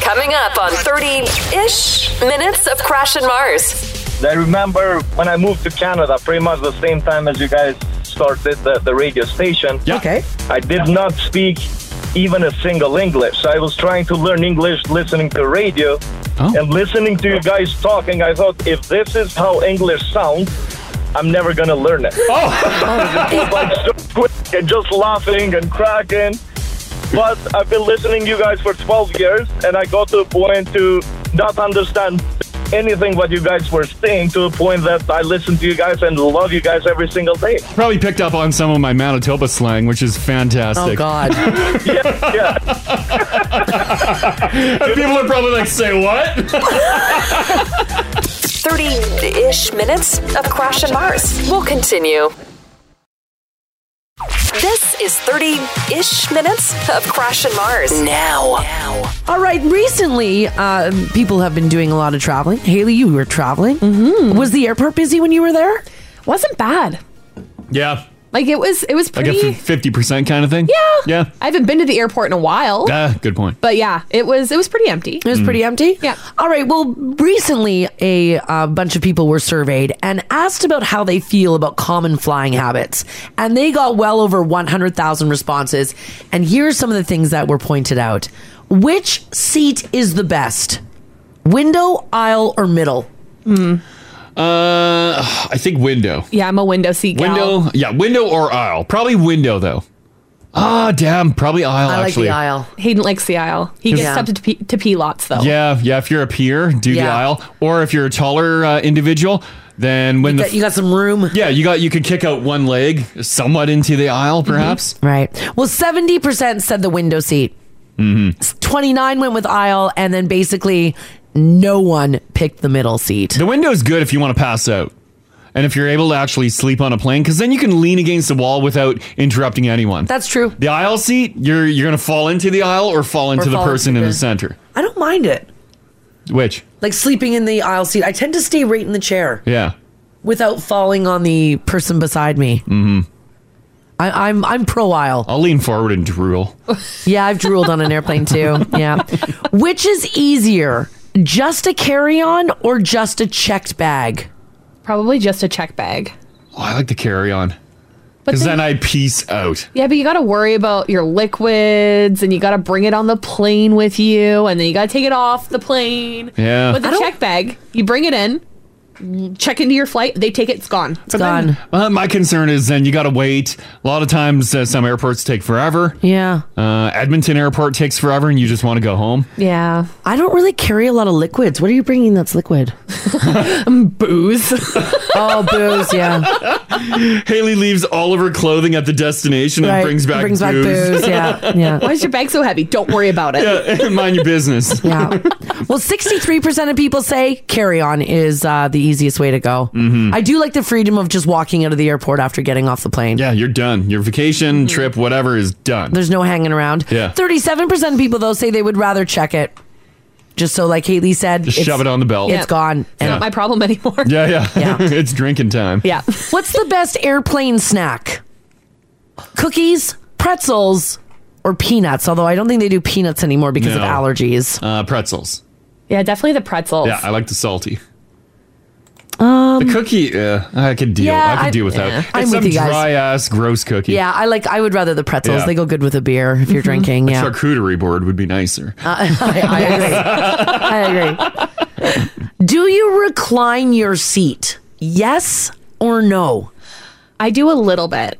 Coming up on 30 ish minutes of Crash and Mars. I remember when I moved to Canada, pretty much the same time as you guys started the, the radio station. Yeah. Okay. I did not speak even a single English. I was trying to learn English listening to radio Oh. and listening to you guys talking. I thought, if this is how English sounds, I'm never gonna learn it. Oh, like so quick and just laughing and cracking. But I've been listening to you guys for 12 years, and I got to a point to not understand anything what you guys were saying to a point that I listen to you guys and love you guys every single day. Probably picked up on some of my Manitoba slang, which is fantastic. Oh, God. And people are probably like, say what? 30 ish minutes of Crash and Mars. We'll continue. This is 30 ish minutes of Crash and Mars. Now. All right. Recently, uh, people have been doing a lot of traveling. Haley, you were traveling. Mm-hmm. Was the airport busy when you were there? Wasn't bad. Yeah. Like it was. It was Like a pretty. f- 50% kind of thing? Yeah. I haven't been to the airport in a while. Yeah. good point. Oh. But yeah, it was it was pretty empty. It was pretty empty. Yeah. All right. Well, recently a uh, bunch of people were surveyed and asked about how they feel about common flying habits, and they got well over 100,000 responses. And here's some of the things that were pointed out: which seat is the best, window, aisle, or middle? Uh, I think window. Yeah, I'm a window seat gal. Window, yeah, window or aisle. Probably window though. Ah, damn, probably aisle. actually. Hayden likes the aisle. He Yeah. gets up to pee, to pee lots though. Yeah, yeah. If you're a peer, do the Yeah. aisle. Or if you're a taller uh, individual, then when You the got- you got some room. Yeah, you got you could kick out one leg somewhat into the aisle, perhaps. Right. Well, 70% said the window seat. Mm-hmm. 29 went with aisle, and then basically no one picked the middle seat. The window's good if you want to pass out. And if you're able to actually sleep on a plane, because then you can lean against the wall without interrupting anyone. That's true. The aisle seat, you're you're gonna fall into the aisle or fall into the fall person into in the the- center. I don't mind it. Which? Like sleeping in the aisle seat. I tend to stay right in the chair Yeah. without falling on the person beside me. Mm-hmm. I, I'm I'm pro aisle. I'll lean forward and drool. Oh, Yeah, I've drooled on an airplane too. Yeah. Which is easier, just a carry on or just a checked bag? Probably just a check bag. Oh, I like the carry on. But Because then- then I peace out. Yeah, but you got to worry about your liquids and you got to bring it on the plane with you and then you got to take it off the plane. Yeah. With I the don't- check bag, you bring it in, check into your flight, they take it, it's gone. It's gone. Uh, my concern is then you got to wait. A lot of times, uh, some airports take forever. Yeah. Uh, Edmonton Airport takes forever, and you just want to go home. Yeah. I don't really carry a lot of liquids. What are you bringing that's liquid? booze. oh, booze, yeah. Haley leaves all of her clothing at the destination Right, and brings back brings back booze. booze, yeah, Why is your bag so heavy? Don't worry about it. yeah, mind your business. Yeah. Well, 63% of people say carry on is uh, the easiest way to go. Mm-hmm. I do like the freedom of just walking out of the airport after getting off the plane. Yeah, you're done. Your Mm-hmm. vacation, trip, whatever is done. There's no hanging around. Yeah. 37% of people, though, say they would rather check it. Just so, like Haley said, Just it's- shove it on the belt. It's Yeah. gone. It's not my problem anymore. Yeah, yeah. Yeah. it's drinking time. Yeah. What's the best airplane snack? Cookies, pretzels, or peanuts? Although I don't think they do peanuts anymore because of No. allergies. Uh, pretzels. Yeah, definitely the pretzels. Yeah, I like the salty. Um, the cookie, uh, I could deal. yeah, I could I- deal with yeah. that. I'm It's with some you guys. dry ass, gross cookie. Yeah, I like. I would rather the pretzels. Yeah. Mm-hmm. They go good with a beer if you're drinking. A Yeah, charcuterie board would be nicer. Uh, I, I agree. I agree. Do you recline your seat? Yes or no? I do a little bit.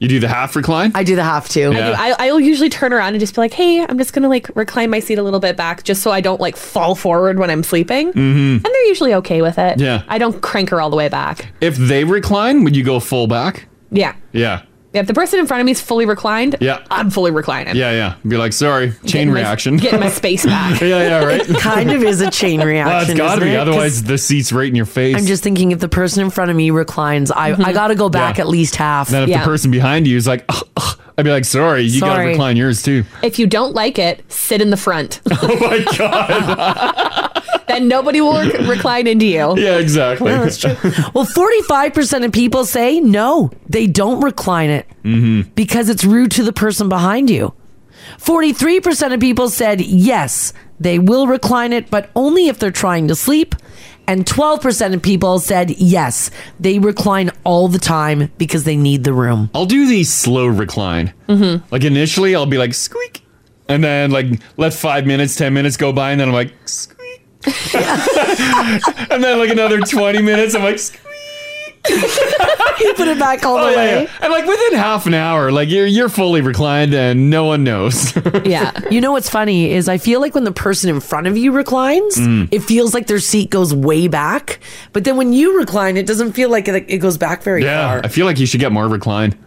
You do the half recline? I do the half too. I, do, I, I'll usually turn around and just be like, hey, I'm just going to like recline my seat a little bit back just so I don't like fall forward when I'm sleeping. Mhm. And they're usually okay with it. Yeah. I don't crank her all the way back. If they recline, would you go full back? Yeah. Yeah. If the person in front of me is fully reclined, Yeah. I'm fully reclining. Yeah, yeah. Be like, sorry, chain Getting my- reaction. getting my space back. yeah, yeah, right. It kind of is a chain Well, it's reaction, gotta isn't be. it? 'Cause Otherwise, the seat's right in your face. I'm just thinking if the person in front of me reclines, I, I got to go back Mm-hmm. Yeah. at least half. Then if the person behind you is like, "Ugh, ugh," I'd be like, sorry, you gotta Sorry. recline yours too. If you don't like it, sit in the front. oh my God. then nobody will rec- recline into you. Yeah, exactly. Yeah, that's true. well, 45% of people say no, they don't recline it Mm-hmm. because it's rude to the person behind you. 43% of people said yes, They will recline it, but only if they're trying to sleep. And 12% of people said yes, they recline all the time because they need the room. I'll do the slow recline. Mm-hmm. Like initially, I'll be like squeak, and then like let five minutes, ten minutes go by, and then I'm like squeak, and then like another twenty minutes, I'm like squeak. Oh, you put it back all the way. and like within half an hour, like you're you're fully reclined, and no one knows. Yeah. you know what's funny is I feel like when the person in front of you reclines, Mm. it feels like their seat goes way back. But then when you recline, it doesn't feel like it, it goes back very yeah, far. I feel like you should get more reclined.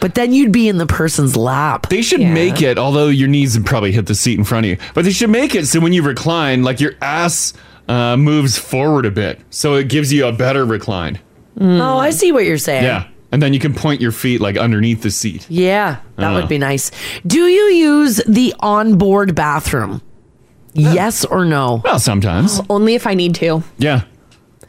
But then you'd be in the person's lap. They should make it, although your knees would probably hit the seat in front of you, but they should make it so when you recline, like your ass uh, moves forward a bit. So it gives you a better recline. Oh, I see what you're saying. Mm. Yeah. And then you can point your feet like underneath the seat. Yeah, that Uh. would be nice. Do you use the onboard bathroom? Yes or no? Well, sometimes. Only if I need to. Yeah.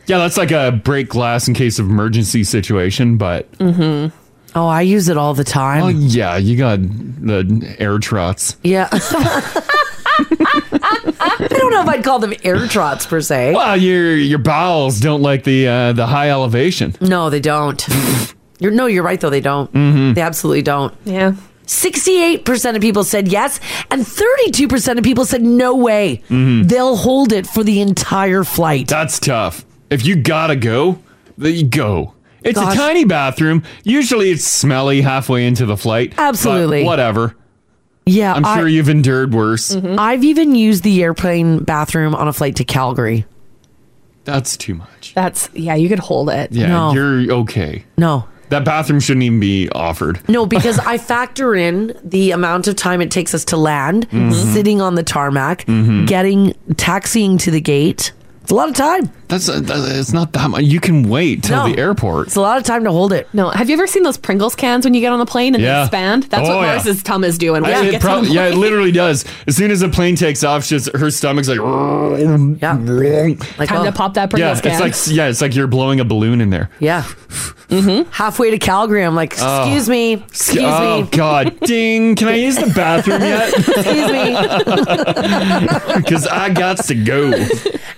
Yeah, that's like a break glass in case of emergency situation, but Mm-hmm. Oh, I use it all the time. oh yeah, you got the air trots. Yeah. I don't know if I'd call them air trots per se. Well, your your bowels don't like the uh, the high elevation. No, they don't. You're no, you're right though. They don't. Mm-hmm. They absolutely don't. Yeah. Sixty-eight percent of people said yes, and thirty-two percent of people said no way. Mm-hmm. They'll hold it for the entire flight. That's tough. If you gotta go, then you go. It's Gosh. a tiny bathroom. Usually it's smelly halfway into the flight. but Absolutely. whatever. Yeah, I'm I- Mm-hmm. sure you've endured worse. I've even used the airplane bathroom on a flight to Calgary. That's too much. That's yeah, you could hold it. Yeah, No. you're okay. No. That bathroom shouldn't even be offered. No, because I factor in the amount of time it takes us to land, Mhm. sitting on the tarmac, Mhm. getting taxiing to the gate. It's a lot of time. That's, uh, that's it's not that much. You can wait till the airport. It's a lot of time to hold it. No, have you ever seen those Pringles cans when you get on the plane and they Yeah. expand? That's Oh, what yeah. Mars's tum is doing. when I- she it gets prob- on the yeah, it plane. literally does. As soon as the plane takes off, she's, her stomach's like, oh, Time to pop that yeah, Pringles it's can. like yeah, it's like you're blowing a balloon in there. Yeah. Mm-hmm. Halfway to Calgary, I'm like, Oh. excuse me, excuse oh me. God, ding! Can I use the bathroom yet? Excuse me, because I got to go.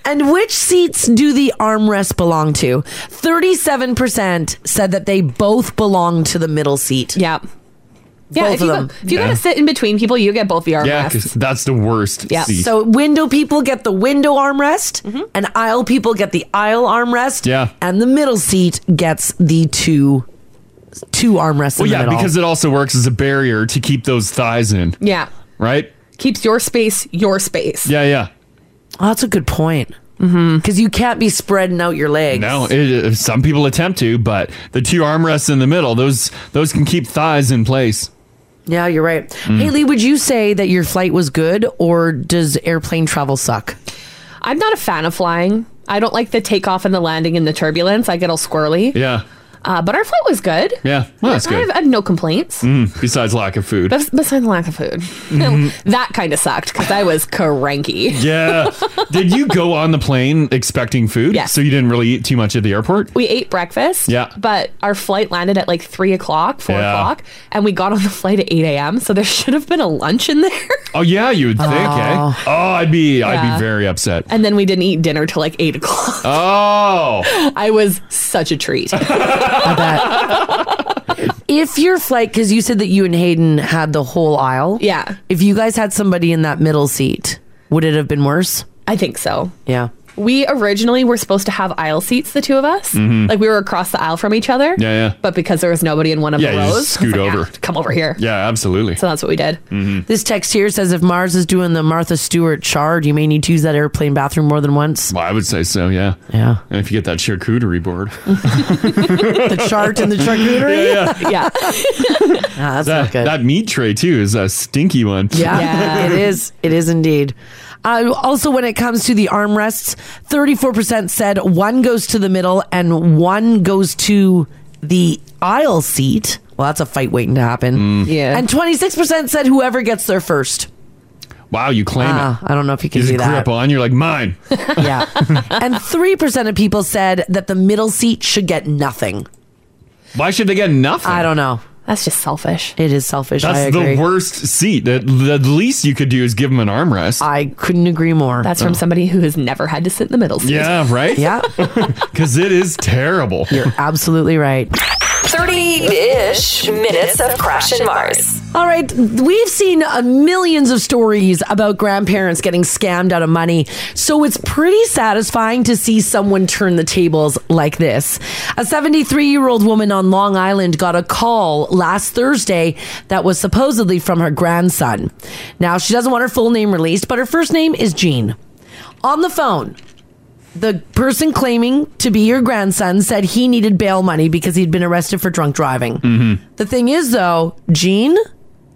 And which seats do the armrests belong to? 37% said that they both belong to the middle seat. Yeah. yeah, Both of if you, them. Go, if you Yeah. gotta sit in between people, you get both the armrests. Yeah, 'cause that's the worst. seat. So window people get the window armrest, and aisle people get the aisle armrest. Mm-hmm. Yeah. And the middle seat gets the two two armrests. well, in the yeah, middle. because it also works as a barrier to keep those thighs in, yeah. right? Keeps your space your space. Yeah, yeah. Oh, that's a good point. Because you can't be spreading out your legs. Mm-hmm. No, it, uh, some people attempt to, but the two armrests in the middle, those those can keep thighs in place. Yeah, you're right. Mm. Haley, would you say that your flight was good, or does airplane travel suck? I'm not a fan of flying. I don't like the takeoff and the landing and the turbulence. I get all squirrely. Yeah, Uh, but our flight was good. yeah. Well, that's I have, good. I have no complaints. Mm, besides lack of food. Bes- Besides the lack of food, Mhm. that kind of sucked because I was cranky. Yeah. Did you go on the plane expecting food? Yeah. So you didn't really eat too much at the airport? We ate breakfast. Yeah. But our flight landed at like three o'clock, four Yeah. o'clock, and we got on the flight at eight a.m. So there should have been a lunch in there. Oh yeah, you would think, Oh. eh? Oh, I'd be I'd Yeah. be very upset. And then we didn't eat dinner till like eight o'clock. Oh. I was such a treat. If your flight, because you said that you and Hayden had the whole aisle. Yeah. If you guys had somebody in that middle seat, would it have been worse? I think so. Yeah. We originally were supposed to have aisle seats, the two of us. Mhm. Like we were across the aisle from each other. Yeah, yeah. But because there was nobody in one of Yeah, the you rows, just I was scoot like, over. "Ah, come over here. Yeah, absolutely. So that's what we did. Mm-hmm. This text here says if Mars is doing the Martha Stewart chard, you may need to use that airplane bathroom more than once. Well, I would say so, yeah. Yeah. And if you get that charcuterie board. the chart and the charcuterie. Ah, Yeah, yeah. that's that, not good. that meat tray too is a stinky one. Yeah, it is. It is indeed. Uh, also, when it comes to the armrests, 34% said one goes to the middle and one goes to the aisle seat. Well, that's a fight waiting to happen. Mm. Yeah. And 26% said whoever gets there first. Wow, you claim Ah, it. I don't know if you can just do that. grip on, you're like, mine. Yeah. and 3% of people said that the middle seat should get nothing. Why should they get nothing? I don't know. That's just selfish. It is selfish. That's I the agree. worst seat. That the least you could do is give him an armrest. I couldn't agree more. That's from somebody who has never had to sit in the middle seat. Yeah, right? Yeah. Because it is terrible. You're absolutely right. 30-ish minutes of Crash and Mars. All right, we've seen uh, millions of stories about grandparents getting scammed out of money, so it's pretty satisfying to see someone turn the tables like this. A 73 year old woman on Long Island got a call last Thursday that was supposedly from her grandson. Now, she doesn't want her full name released, but her first name is Jean. On the phone, the person claiming to be your grandson said he needed bail money because he'd been arrested for drunk driving. Mm-hmm. The thing is, though, Gene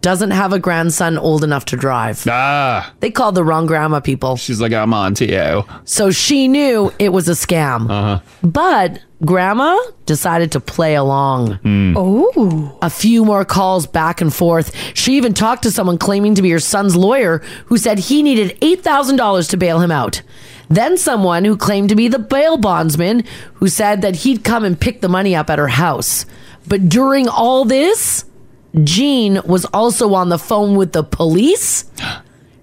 doesn't have a grandson old enough to drive. Ah. They called the wrong grandma people. She's like, I'm on to you. So she knew it was a scam. But grandma decided to play along. Oh. A few more calls back and forth. She even talked to someone claiming to be her son's lawyer who said he needed $8,000 to bail him out. Then someone who claimed to be the bail bondsman who said that he'd come and pick the money up at her house. But during all this, Jean was also on the phone with the police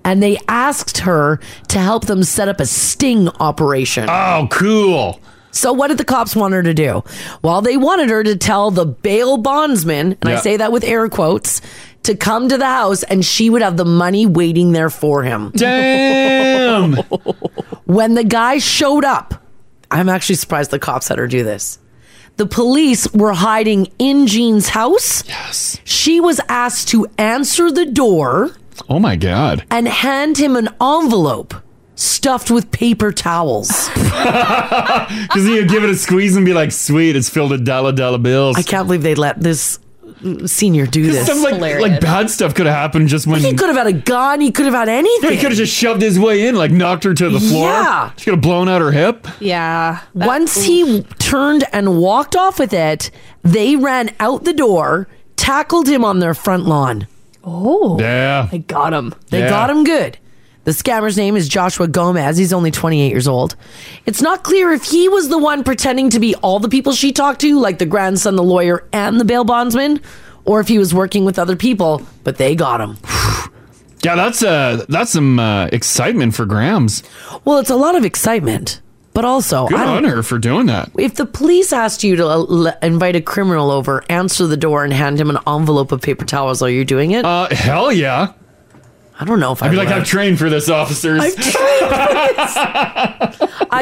and they asked her to help them set up a sting operation. Oh, cool. So what did the cops want her to do? Well, they wanted her to tell the bail bondsman, and I Yeah. say that with air quotes, to come to the house and she would have the money waiting there for him. Damn. When the guy showed up, I'm actually surprised the cops had her do this. The police were hiding in Jean's house. Yes. She was asked to answer the door Oh, my God. and hand him an envelope stuffed with paper towels. Because you give it a squeeze and be like, sweet, it's filled with dollar dollar bills. I can't believe they let this mm, senior do this. Stuff like, like bad stuff could have happened just when He could have had a gun. He could have had anything. he could have just shoved his way in, like knocked her to the floor. Yeah. She could have blown out her hip. Yeah. Once he turned and walked off with it, they ran out the door, tackled him on their front lawn. Oh. Yeah. I got him. They Yeah. got him good. The scammer's name is Joshua Gomez. He's only 28 years old. It's not clear if he was the one pretending to be all the people she talked to, like the grandson, the lawyer, and the bail bondsman, or if he was working with other people, but they got him. Yeah, that's uh that's some uh, excitement for Grams. Well, it's a lot of excitement, but also, Good I don't on her for doing that. If the police asked you to uh, l- invite a criminal over, answer the door, and hand him an envelope of paper towels while you're doing it, Uh hell yeah. I don't know if I'd I'd be like, I've trained for this, officers. I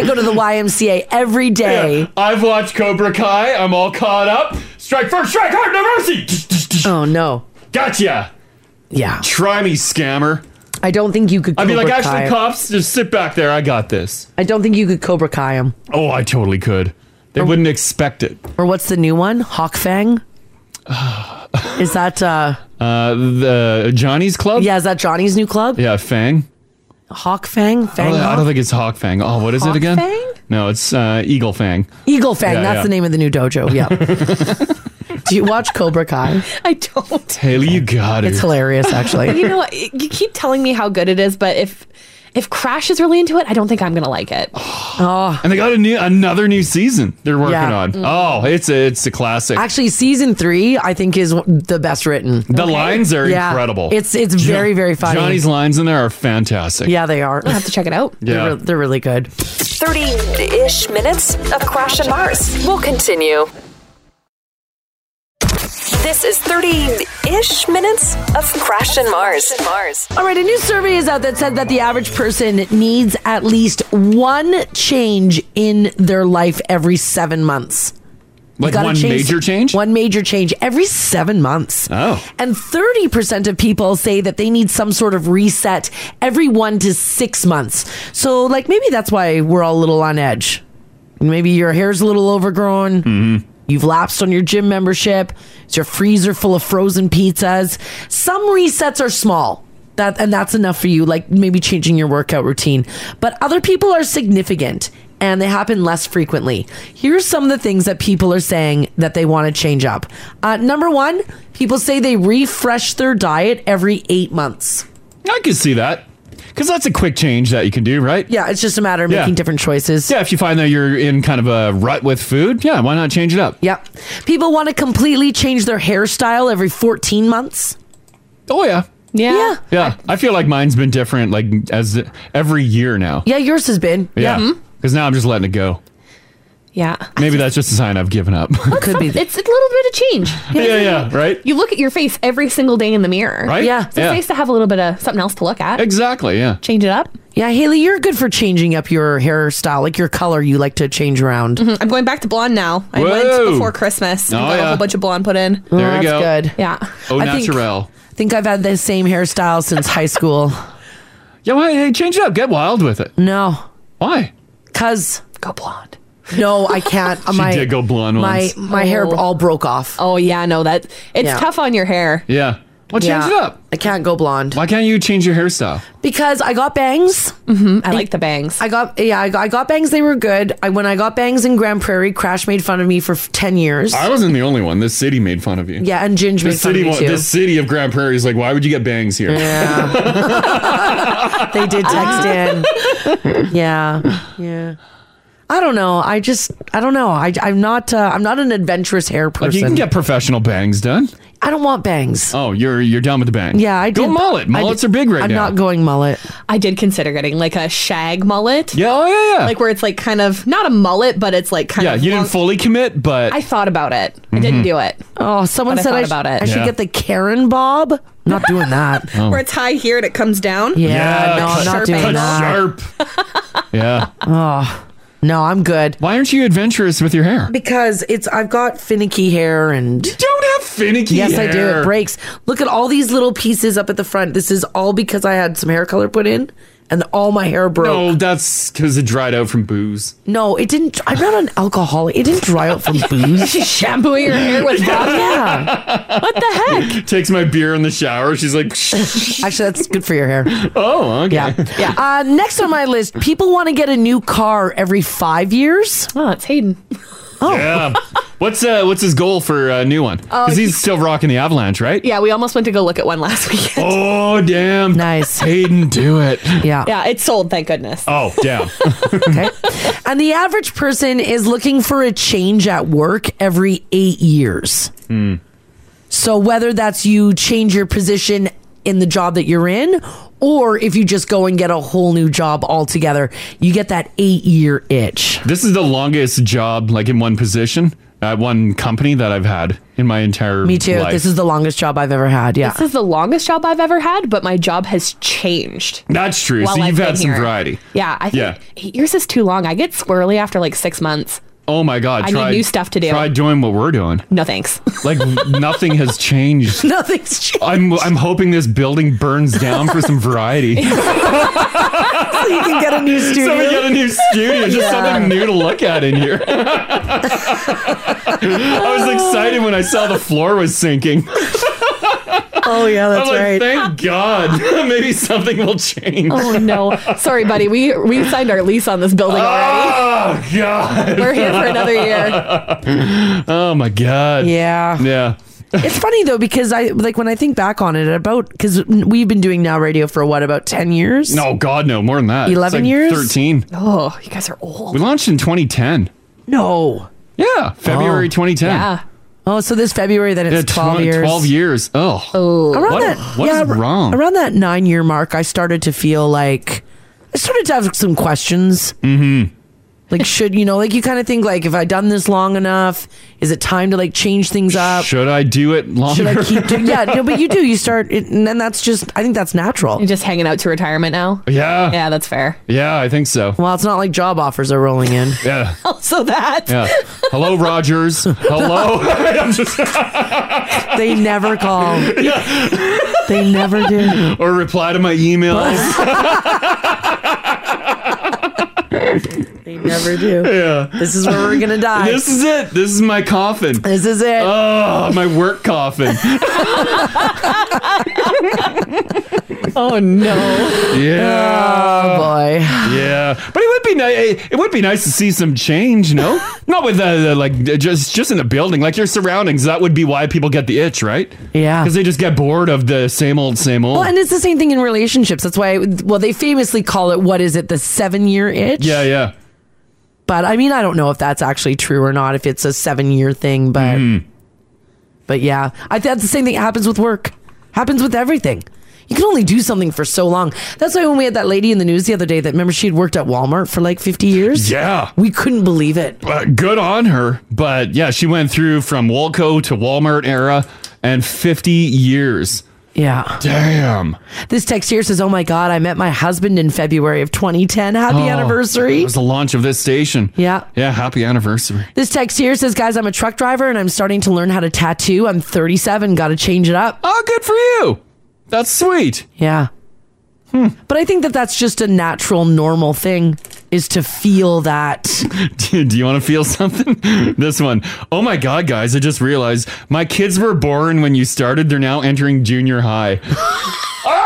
go to the YMCA every day. I've watched Cobra Kai. I'm all caught up. Strike first, strike hard, no mercy. Oh no, Gotcha. yeah, Try me, scammer. I don't think you could. I'd Cobra be like, Kai. actually, cops, just sit back there. I got this. I don't think you could Cobra Kai him. Oh, I totally could. Oh. They wouldn't expect it. Or what's the new one? Hawk Fang. is that uh Uh, the Johnny's Club. yeah? Is that Johnny's new club? Yeah, Fang. Oh, Hawk Fang, I Fang, don't, I Hawk? don't think it's Hawk Fang. Oh, what is Hawk it again? Fang? No, it's uh, Eagle Fang. Eagle Fang. Yeah, that's yeah. the name of the new dojo. Yeah. Do you watch Cobra Kai? I don't. Haley, you got it. It's hilarious, actually. You know what? You keep telling me how good it is, but if if Crash is really into it, I don't think I'm gonna like it. And they got a new another new season they're working Yeah. Mm. on. Oh, it's a, it's a classic. Actually, season three, I think, is the best written. the lines are Yeah. incredible. It's- it's very, very funny. Johnny's lines in there are fantastic. Yeah, they are. I'll have to check it out. They're, Yeah. re- they're really good. 30-ish minutes of Crash and Mars. We'll continue. This is 30-ish minutes of Crash and Mars. Mars. All right, a new survey is out that said that the average person needs at least one change in their life every seven months. like Gotta one major change. One major change every seven months. Oh. And 30% of people say that they need some sort of reset every one to six months. So, like, maybe that's why we're all a little on edge. Maybe your hair's a little overgrown. You've lapsed on your gym membership. Is your freezer full of frozen pizzas? Some resets are small. That and that's enough for you, like maybe changing your workout routine. But other people are significant and they happen less frequently. Here's some of the things that people are saying that they want to change up. Uh, number one, people say they refresh their diet every eight months. I could see that. Because that's a quick change that you can do, right? Yeah, it's just a matter of making different choices. Yeah, if you find that you're in kind of a rut with food, yeah, why not change it up? Yep. People want to completely change their hairstyle every 14 months. Oh, yeah. Yeah. Yeah. Yeah, I feel like mine's been different like as every year now. Yeah, Mm-hmm. yours has been. Yeah, because now I'm just letting it go. Yeah. Maybe that's just a sign I've given up. Could be. It's a little bit of change. yeah, yeah, right. You look at your face every single day in the mirror. Right? Yeah. So Yeah. it's nice to have a little bit of something else to look at. Exactly. Yeah. Change it up. Yeah, Haley, you're good for changing up your hairstyle, like your color you like to change around. Mm-hmm. Mhm. I'm going back to blonde now. I Whoa. went before Christmas. and Oh, got a yeah. whole bunch of blonde put in. There you That's go. good. Yeah. Au I think- naturel. I think I've had the same hairstyle since high school. Yeah, why hey, change it up? Get wild with it. No. Why? Cause go blonde. No, I can't. She did go blonde my, once. My hair Oh. all broke off. Oh yeah, no, that it's Yeah. tough on your hair. Yeah. Well, change Yeah. it up. I can't go blonde. Why can't you change your hairstyle? because I got bangs. Mm-hmm. I like the bangs. I got yeah, I got, I got bangs. They were good. I, when I got bangs in Grand Prairie, Crash made fun of me for f- ten years. I wasn't the only one. This city made fun of you. Yeah, and Ginge The made fun of city, me wa- too. the city of Grand Prairie is like, why would you get bangs here? they did text in. Yeah, yeah. I don't know. I just I don't know. I I'm not uh, I'm not an adventurous hair person. Like you can get professional bangs done. I don't want bangs. Oh, you're you're down with the bangs. Yeah, I Go did- mullet. I Mullets did- are big right I'm now. not going mullet. I did consider getting like a shag mullet. Yeah, oh yeah, yeah. Like where it's like kind of not a mullet, but it's like kind yeah, of you long- didn't fully commit, but I thought about it. I didn't Mhm. do it. Oh, someone But I said I, thought sh- about it. I should Yeah. Oh, get the Karen bob. I'm not doing that. Where it's high here and it comes down. Yeah, no, I'm cut- not doing cut that. Sharp. yeah. Oh, no, I'm good. Why aren't you adventurous with your hair? Because it's I've got finicky hair and you don't have finicky Yes, I do. hair. It breaks. Look at all these little pieces up at the front. This is all because I had some hair color put in and all my hair broke. No, that's because it dried out from booze. No, it didn't I'm not an alcoholic. It didn't dry out from booze. Shampooing your hair with vodka. Takes my beer in the shower. She's like, Actually, that's good for your hair. oh, okay. Yeah. Uh, next on my list, people want to get a new car every five years. Oh, it's Hayden. Yeah. What's uh, what's his goal for a new one? Oh, Because he's still rocking the Avalanche, right? Yeah, we almost went to go look at one last weekend. Oh, damn. Nice. Hayden, do it. Yeah. Yeah, it sold, thank goodness. Oh, damn. And the average person is looking for a change at work every eight years. So whether that's you change your position in the job that you're in, or if you just go and get a whole new job altogether, you get that eight year itch. this is the longest job, like in one position, at one company that I've had in my entire Me too. life. This is the longest job I've ever had. Yeah. This is the longest job I've ever had, but my job has changed. That's true. while so I've you've been had some here. variety. Yeah, I think Yeah. eight years is too long. I get squirrely after like six months. Oh my God. I need try, new stuff to do. Try doing what we're doing. No thanks. Like nothing has changed. Nothing's changed. I'm I'm hoping this building burns down for some variety. So you can get a new so we get studio. a new studio, just Yeah. something new to look at in here. I was excited when I saw the floor was sinking. Oh, yeah, I'm that's like, right. thank God, maybe something will change. Oh, oh no, sorry, buddy. We we signed our lease on this building Ah! already. God. We're here for another year. Oh my God. Yeah. Yeah. It's funny though because I like when I think back on it about because we've been doing now radio for what about ten years? No, God, no, more than that. It's 11 like years? Thirteen. Oh, you guys are old. We launched in 2010. no. Yeah, February Oh. 2010. Yeah. Oh, so this February then Yeah, it's tw- twelve years. 12 years. Oh. around What- that what yeah, is ar- wrong? around that nine year mark i started to feel like i started to have some questions mm-hmm like should you know like you kind of think like if i done this long enough is it time to like change things up Should I do it longer? Uh, should i keep doing yeah no but you do you start it, and then that's just i think that's natural You're just hanging out to retirement now. yeah. yeah. Yeah, that's fair. I think so. well it's not like job offers are rolling in Yeah. Also that. Yeah. Hello, Rogers. Hello. I'm just- they never call they never do or reply to my emails. they never do yeah. this is where we're gonna die This is it. This is my coffin. this is it Oh, my work coffin. Oh no. Yeah. oh boy Yeah. Yeah, but it would be nice. It would be nice to see some change. No, not with uh, the, like uh, just just in a building, like your surroundings. That would be why people get the itch, right? Yeah, because they just get bored of the same old, same old. Well, and it's the same thing in relationships. That's why, well, they famously call it what is it, the seven year itch? yeah, yeah. But I mean, I don't know if that's actually true or not, if it's a seven year thing, but Hmm. but yeah, I think that's the same thing that happens with work, happens with everything. You can only do something for so long. That's why when we had that lady in the news the other day that remember she had worked at Walmart for like 50 years? Yeah. We couldn't believe it. Uh, good on her, but yeah, she went through from Walco to Walmart era and fifty years. Yeah. Damn. This text here says, Oh my God, I met my husband in February of 2010. Happy Oh, anniversary. It was the launch of this station. Yeah. Yeah. Happy anniversary. This text here says, guys, I'm a truck driver and I'm starting to learn how to tattoo. I'm 37, got to change it up. Oh, good for you. That's sweet. Yeah. Hmm. But I think that that's just a natural, normal thing is to feel that. Do, do you want to feel something? this one. Oh my God, guys, I just realized my kids were born when you started. They're now entering junior high.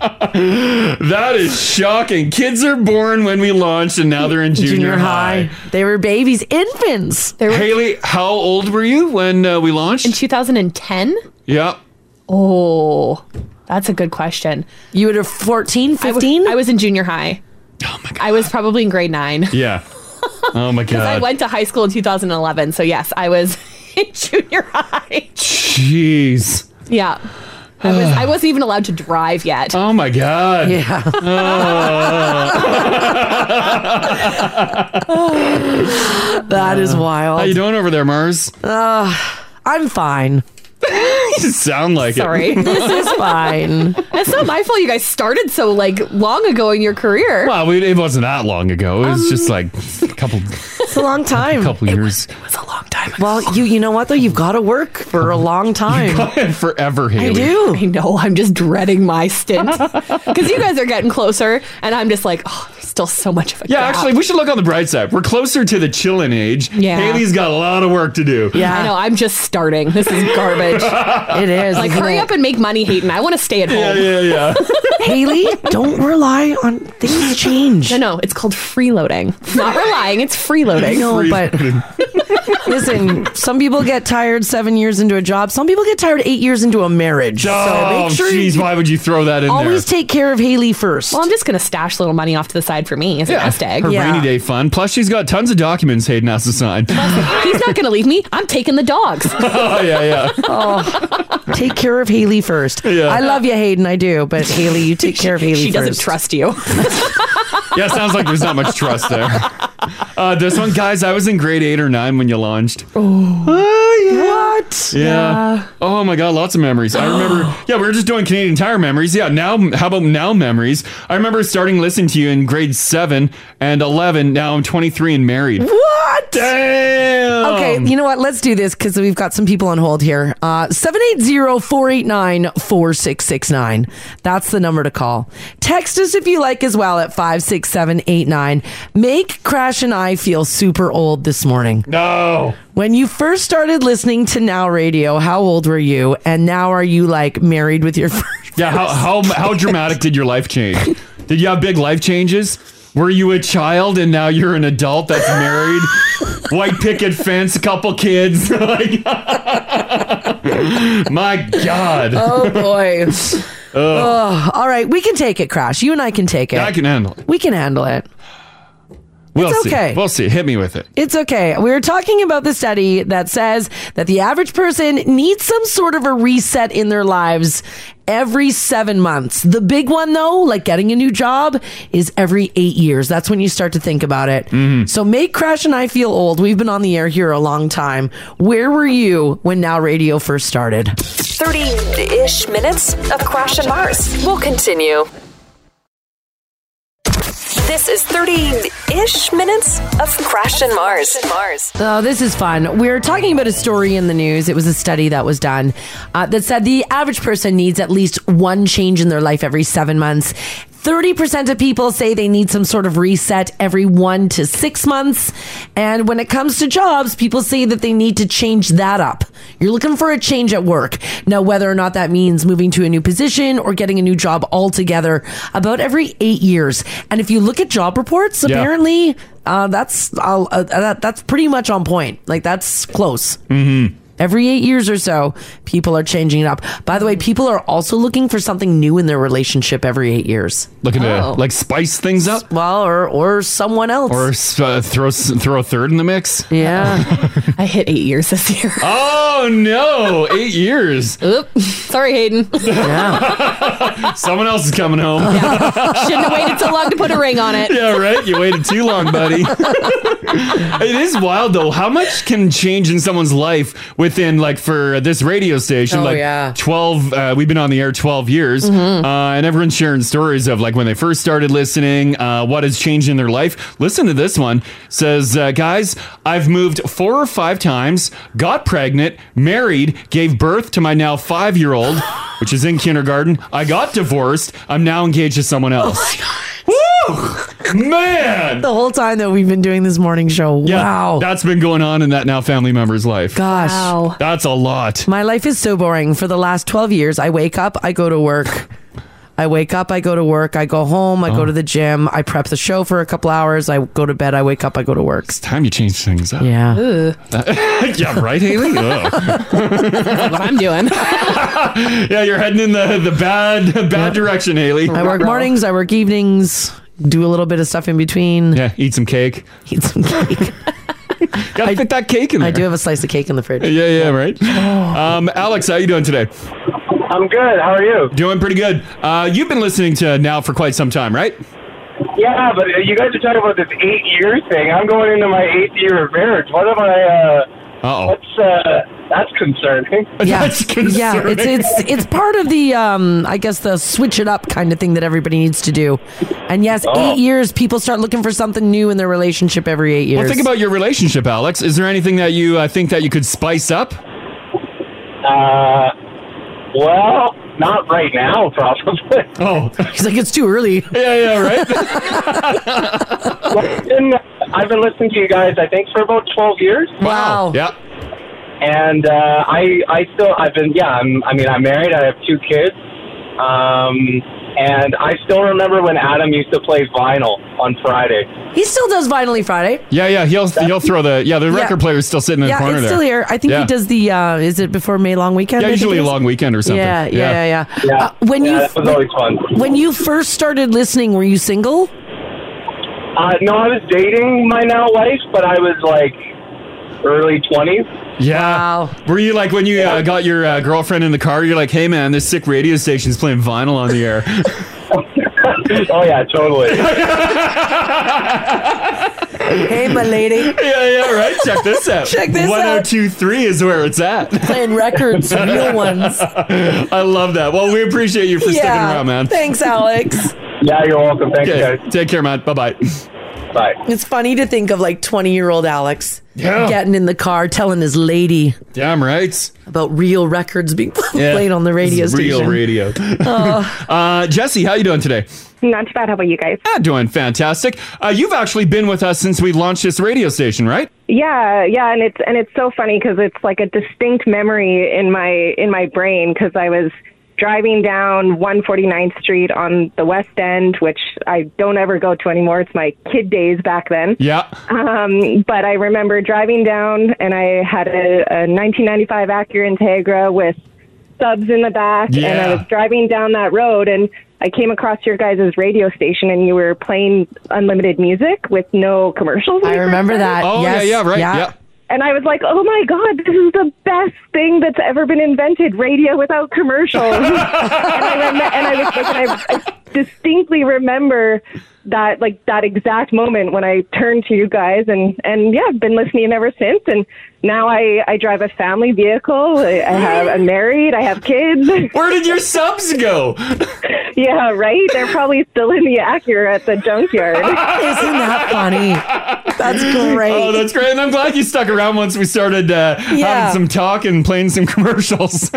that is shocking. Kids are born when we launched and now they're in junior, high. They were babies, infants. They Haley, how old were you when uh, we launched? In 2010? Yeah. Oh, that's a good question. You would have 14, 15? I was in junior high. Oh my God. I was probably in grade nine. Yeah. Oh my Because I God. went to high school in 2011. So, yes, I was in junior high. Jeez. Yeah. I, was, I wasn't even allowed to drive yet. Oh my god. Yeah. That is wild. How you doing over there, Mars? Uh, I'm fine. you sound like Sorry. it. This is fine. It's not my fault you guys started so like long ago in your career. Well, we, it wasn't that long ago. It was just Um, like a couple. It's a long time. A couple years. Well, you you know what though? You've got to work for a long time. forever, I Haley. do. I know. I'm just dreading my stint because you guys are getting closer, and I'm just like, oh, there's still so much of a Yeah, gap. actually, we should look on the bright side. We're closer to the chilling age. Yeah. Haley's got a lot of work to do. I know. I'm just starting. This is garbage. It is. Like, isn't hurry it? up and make money, Hayden. I want to stay at home. Yeah, yeah, yeah. Haley, don't rely on things change. No, no, it's called freeloading. It's not relying, it's freeloading. No, but listen, some people get tired seven years into a job. Some people get tired eight years into a marriage. so Oh, make sure jeez, you why would you throw that in always there? take care of Haley first. Well, I'm just going to stash a little money off to the side for me as a nest egg. Her rainy day fun. Plus, she's got tons of documents Hayden has to sign. He's not going to leave me. I'm taking the dogs. oh, yeah, yeah. Oh, take care of Haley first. Yeah. I love you, Hayden. I do, but Haley, you take care of Haley. she first. doesn't trust you. Yeah, sounds like there's not much trust there. Uh, this one, guys, I was in grade eight or nine when you launched. Oh. What? Yeah. Oh my god, lots of memories. I remember. Yeah, we were just doing Canadian Tire memories. Yeah. Now, how about now memories? I remember starting listening to you in grade seven and eleven. Now I'm 23 and married. What? Damn. Okay, you know what? Let's do this because we've got some people on hold here. Uh, 780 489 4669. That's the number to call. Text us if you like as well at 56789. Make Crash and I feel super old this morning. No. When you first started listening to Now Radio, how old were you? And now are you like married with your first? Yeah. How how how dramatic did your life change? Did you have big life changes? Were you a child and now you're an adult that's married? White picket fence, a couple kids. like, my God. Oh, boy. oh, all right. We can take it, Crash. You and I can take it. I can handle it. we can handle it. We'll It's see. okay. We'll see. Hit me with it. It's okay. We were talking about the study that says that the average person needs some sort of a reset in their lives every seven months. The big one, though, like getting a new job, is every eight years. That's when you start to think about it. So, make Crash and I feel old. We've been on the air here a long time. Where were you when Now Radio first started? 30 ish minutes of Crash and Mars. We'll continue. This is 30 ish minutes of Crash and Mars. Mars. Oh, this is fun. We're talking about a story in the news. It was a study that was done uh, that said the average person needs at least one change in their life every seven months. 30% of people say they need some sort of reset every one to six months. And when it comes to jobs, people say that they need to change that up. You're looking for a change at work. Now, whether or not that means moving to a new position or getting a new job altogether, about every eight years. And if you look at job reports, Yeah. apparently uh, that's uh, uh, that, that's pretty much on point. Like, that's close. Mm-hmm. Every eight years or so, people are changing it up. By the way, people are also looking for something new in their relationship every eight years. Looking to, Oh. like spice things up. Well, or or someone else. Or s- uh, throw s- throw a third in the mix. Yeah, I hit eight years this year. Oh no, eight years. Oop. Sorry, Hayden. Someone else is coming home. Shouldn't have waited so long to put a ring on it. Yeah, right. You waited too long, buddy. it is wild though. How much can change in someone's life within like for this radio station? Oh, like yeah. twelve. Uh, we've been on the air twelve years, Mhm. uh, and everyone's sharing stories of like when they first started listening, uh, what has changed in their life. Listen to this one. Says uh, guys, I've moved four or five times, got pregnant, married, gave birth to my now five year old, which is in kindergarten. I got divorced. I'm now engaged to someone else. Oh Woo! Man! the whole time that we've been doing this morning show. wow. That's been going on in that now family member's life. Gosh. Wow. That's a lot. My life is so boring. For the last 12 years, I wake up, I go to work. I wake up, I go to work, I go home, I Uh-huh. go to the gym, I prep the show for a couple hours, I go to bed, I wake up, I go to work. It's time you change things up. Yeah. yeah, right, Haley? Ugh. what I'm doing. yeah, you're heading in the, the bad bad direction, Haley. I work mornings, I work evenings, do a little bit of stuff in between. Yeah, eat some cake. Eat some cake. Gotta fit that cake in there. I do have a slice of cake in the fridge. Yeah, yeah, right. Um, Alex, how you doing today? I'm good. How are you? Doing pretty good. Uh, you've been listening to now for quite some time, right? Yeah, but uh, you guys are talking about this eight year thing. I'm going into my eighth year of marriage. What am I? Uh, Uh-oh. That's uh, that's concerning. Yeah, yeah. It's it's it's part of the um, I guess the switch it up kind of thing that everybody needs to do. And yes, Oh. eight years people start looking for something new in their relationship every eight years. Well, think about your relationship, Alex. Is there anything that you uh, think that you could spice up? Uh, well, not right now, probably. Oh, he's like it's too early. Yeah, yeah, right. I've been, I've been listening to you guys, I think, for about twelve years. Wow. Yeah. And uh, I, I still, I've been, yeah. I'm, I mean, I'm married. I have two kids. Um, and I still remember when Adam used to play vinyl on Friday. He still does Vinylly Friday. Yeah, yeah, he'll he'll throw the yeah the record player is still sitting in yeah, the corner it's there. still here. I think yeah. he does the. Uh, is it before May long weekend? Yeah, I think usually it a is? long weekend or something. Yeah, yeah, yeah. yeah. Yeah. Uh, when Yeah, you that was always fun. when you first started listening, were you single? Uh, no, I was dating my now wife, but I was like early twenties. Yeah. Were you like when you uh, got your uh, girlfriend in the car? You're like, hey man, this sick radio station's playing vinyl on the air. oh yeah, totally. Hey, my lady. yeah, yeah, right. Check this out. Check this out. 1023 is where it's at. Playing records, real ones. I love that. Well, we appreciate you for sticking yeah. around, man. Thanks, Alex. Yeah, you're welcome. Thanks, Okay. guys. Take care, man. Bye bye. Bye. It's funny to think of like 20 year old Alex Yeah. getting in the car telling his lady Damn right. about real records being played on the radio This is station. Real radio. Oh. uh, Jesse, how you doing today? Not too bad. How about you guys? Yeah, Ah, doing fantastic. Uh, you've actually been with us since we launched this radio station, right? Yeah, yeah, and it's and it's so funny because it's like a distinct memory in my in my brain because I was driving down 149th Street on the West End, which I don't ever go to anymore. It's my kid days back then. Yeah. Um, but I remember driving down, and I had a, a 1995 Acura Integra with subs in the back, and Yeah. I was driving down that road, and I came across your guys' radio station, and you were playing unlimited music with no commercials. I remember that. Oh, yeah, Yes. yeah, right, Yeah. yeah. And I was like, "Oh my god, this is the best thing that's ever been invented! Radio without commercials." and, I rem- and I was like, and I, I distinctly remember that, like that exact moment when I turned to you guys, and and yeah, I've been listening ever since. And now I I drive a family vehicle. I, I have I'm married. I have kids. Where did your subs go? yeah, right. They're probably still in the Acura at the junkyard. Isn't that funny? That's great. Oh, that's great. And I'm glad you stuck around once we started uh, Yeah. having some talk and playing some commercials.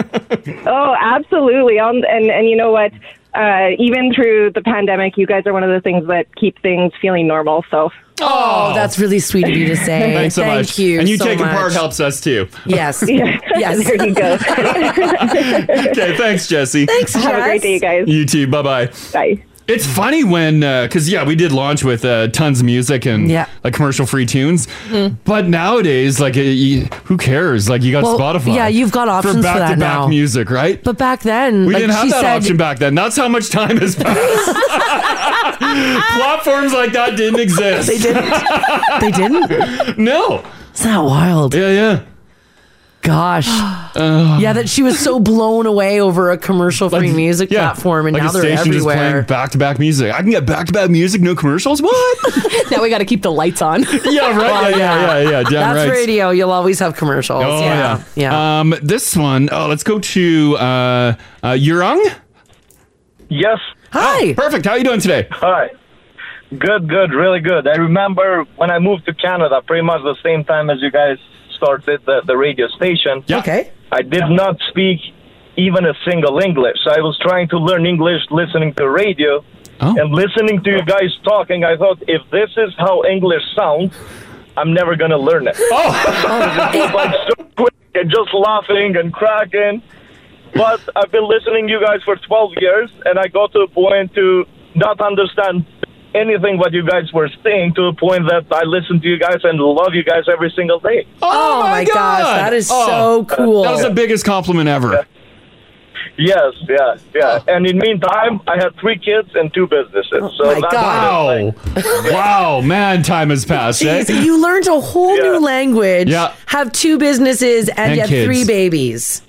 Oh, absolutely. Um, and and you know what? uh, even through the pandemic, you guys are one of the things that keep things feeling normal. So, Oh, that's really sweet of you to say. Thanks so Thank much. you. and you so taking much. part helps us too. Yes. yes. there you go. okay, thanks, Jesse. Thanks, Have a great day, you guys. You too. Bye bye. Bye. It's funny when, because yeah, we did launch with uh, tons of music and Yeah. Mm-hmm. like commercial free tunes, but nowadays, like, uh, you, who cares? Like, you got Well, Spotify. yeah, you've got options for for back that to back now. music, right? But back then, we like didn't have she that said, option back then. That's how much time has passed. Platforms like that didn't exist. They they didn't. No. It's not wild. Yeah, yeah. Gosh. yeah, that she was so blown away over a commercial free music platform, and like now a they're station just playing everywhere. back to back music. I can get back to back music, no commercials. What? now we got to keep the lights on. yeah, right. Yeah, yeah, yeah, yeah. Damn Oh, That's right. radio. You'll always have commercials. Oh yeah. yeah. Um, this one. Oh, let's go to uh, uh, Yurong. Yes. oh, Hi. Perfect. How you doing today? Hi. Good, good, really good. I remember when I moved to Canada, pretty much the same time as you guys started the, the radio station. Yeah. Okay. I did not speak even a single English. I was trying to learn English listening to radio Oh. and listening to you guys talking. I thought, if this is how English sounds, I'm never going to learn it. Oh, like so quick and just laughing and cracking. But I've been listening to you guys for 12 years, and I got to a point to not understand anything what you guys were saying to a point that I listen to you guys and love you guys every single day. Oh, my gosh, God. that is Oh. so cool. That was the biggest compliment ever. Yes, yeah, yeah. And in meantime, I had three kids and two businesses. so Oh my that's God. Wow. wow, man, time has passed. eh? Jeez, you learned a whole Yeah. new language, Yeah. have two businesses, and, And you have kids. three babies.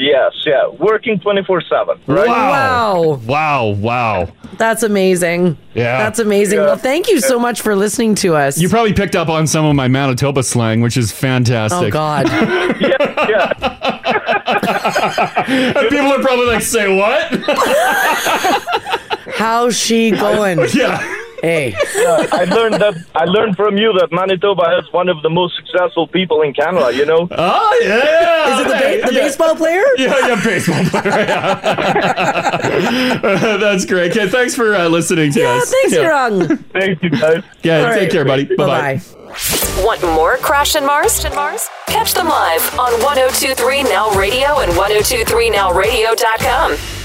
Yes, yeah. Working 24 7. Right? Wow. Wow. Wow. Wow. That's amazing. Yeah. That's amazing. Yeah. Well, thank you so much for listening to us. You probably picked up on some of my Manitoba slang, which is fantastic. oh, God. Yeah. And people are probably like, say what? How's she going? yeah. hey. I learned that I learned from you that Manitoba has one of the most successful people in Canada, you know? Oh, yeah. Is it the, ba- the yeah. baseball player? Yeah, yeah, baseball player. yeah. That's great. Okay, thanks for uh, listening to Yeah, us. Oh, thanks, yeah. Young. Thank you guys. Yeah, All take right. care, buddy. Bye bye. Bye-bye. Want more Crash and Mars? And Mars? oh Catch them live on 1023 Now Radio and 1023nowradio.com.